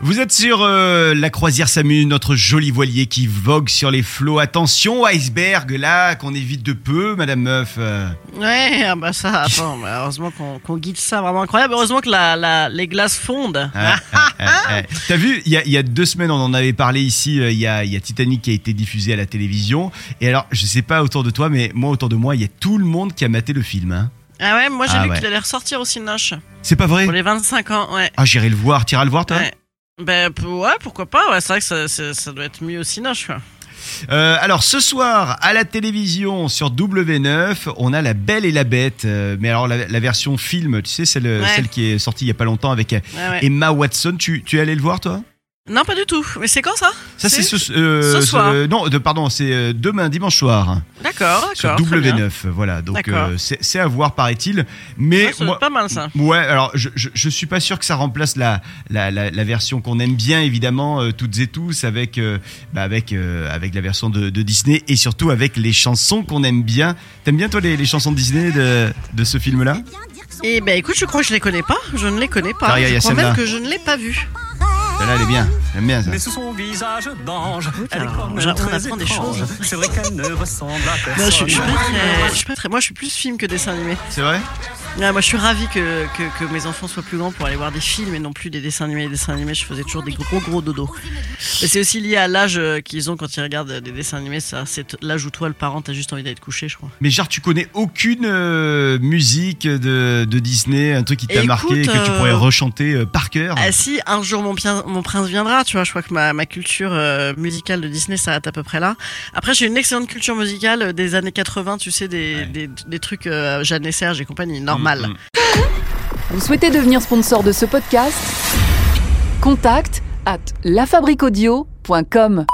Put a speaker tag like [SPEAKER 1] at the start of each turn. [SPEAKER 1] Vous êtes sur euh, la croisière s'amuse, notre joli voilier qui vogue sur les flots. Attention, iceberg, là, qu'on évite de peu, Madame Meuf. euh.
[SPEAKER 2] Ouais, ah bah ça, attends, bah heureusement qu'on qu'on guide ça, vraiment incroyable. Heureusement que la, la, les glaces fondent.
[SPEAKER 1] Ouais, ouais, ouais, ouais. euh, T'as vu, il y, a, il y a deux semaines, on en avait parlé ici, euh, il y, a, il y a Titanic qui a été diffusé à la télévision. Et alors, je sais pas autour de toi, mais moi, autour de moi, il y a tout le monde qui a maté le film. hein.
[SPEAKER 2] Ah ouais, moi j'ai
[SPEAKER 1] Ah
[SPEAKER 2] vu
[SPEAKER 1] ouais.
[SPEAKER 2] qu'il allait ressortir au Cinoche
[SPEAKER 1] C'est pas vrai
[SPEAKER 2] pour les 25 ans, ouais.
[SPEAKER 1] Ah, j'irai le voir, t'iras le voir, toi
[SPEAKER 2] ouais. Ben p- ouais, pourquoi pas, ouais, c'est vrai que ça, c'est- ça doit être mieux au Cinoche, quoi.
[SPEAKER 1] Euh, alors ce soir à la télévision sur W9, on a La Belle et la Bête, euh, mais alors la, la version film, tu sais, celle, euh,
[SPEAKER 2] Ouais.
[SPEAKER 1] celle qui est sortie il y a pas longtemps avec euh,
[SPEAKER 2] Ah Ouais, ouais.
[SPEAKER 1] Emma Watson. Tu, tu es allé le voir toi
[SPEAKER 2] Non, pas du tout. Mais c'est quand ça
[SPEAKER 1] Ça c'est
[SPEAKER 2] C'est-
[SPEAKER 1] ce, euh,
[SPEAKER 2] ce soir.
[SPEAKER 1] euh, non, de, pardon, c'est euh, demain dimanche soir hein,
[SPEAKER 2] D'accord,
[SPEAKER 1] sur
[SPEAKER 2] d'accord. très bien.
[SPEAKER 1] W9. Voilà, donc
[SPEAKER 2] D'accord.
[SPEAKER 1] euh, c'est c'est à voir paraît-il. Mais
[SPEAKER 2] Ouais, ça doit
[SPEAKER 1] moi-
[SPEAKER 2] être Ah, pas mal ça.
[SPEAKER 1] Ouais, alors je, je, je suis pas sûr que ça remplace la, la, la, la version qu'on aime bien, évidemment, euh, toutes et tous, avec, euh, bah, avec, euh, avec la version de, de Disney et surtout avec les chansons qu'on aime bien. T'aimes bien, toi, les, les chansons de Disney de, de ce film-là
[SPEAKER 2] Et ben écoute, je crois que je les connais pas. Je ne les connais pas.
[SPEAKER 1] Daria Ah,
[SPEAKER 2] je crois
[SPEAKER 1] Yassemna.
[SPEAKER 2] même que je ne l'ai pas vu.
[SPEAKER 1] Celle-là, Bah, elle est bien. J'aime bien ça.
[SPEAKER 3] Mais sous son visage d'ange, elle est
[SPEAKER 2] alors,
[SPEAKER 3] quand même
[SPEAKER 2] j'apprends-
[SPEAKER 3] très
[SPEAKER 2] j'apprends des
[SPEAKER 3] étrange.
[SPEAKER 2] choses.
[SPEAKER 3] C'est vrai qu'elle ne ressemble à personne.
[SPEAKER 2] Non, Bah, je, je suis pas très, je suis pas très. Moi, je suis plus film que dessin animé.
[SPEAKER 1] C'est vrai
[SPEAKER 2] Ouais, moi je suis ravi que, que, que mes enfants soient plus grands pour aller voir des films et non plus des dessins animés. Les dessins animés, je faisais toujours des gros gros dodos. Mais c'est aussi lié à l'âge euh, qu'ils ont quand ils regardent euh, des dessins animés. Ça, c'est t- l'âge où toi, le parent, t'as juste envie d'aller te coucher, je crois.
[SPEAKER 1] Mais genre, tu connais aucune euh, musique de, de Disney, un truc qui t'a
[SPEAKER 2] Écoute,
[SPEAKER 1] marqué et que tu
[SPEAKER 2] euh,
[SPEAKER 1] pourrais rechanter euh, par cœur
[SPEAKER 2] Ah si, un jour mon, pien- mon prince viendra, tu vois. Je crois que ma, ma culture euh, musicale de Disney s'arrête à peu près là. Après, j'ai une excellente culture musicale euh, des années 80, tu sais, des,
[SPEAKER 1] Ouais.
[SPEAKER 2] des, des trucs euh, Jeanne et Serge et compagnie, normal.
[SPEAKER 1] Mm, mm.
[SPEAKER 4] Vous souhaitez devenir sponsor de ce podcast Contact à lafabriquaudio.com.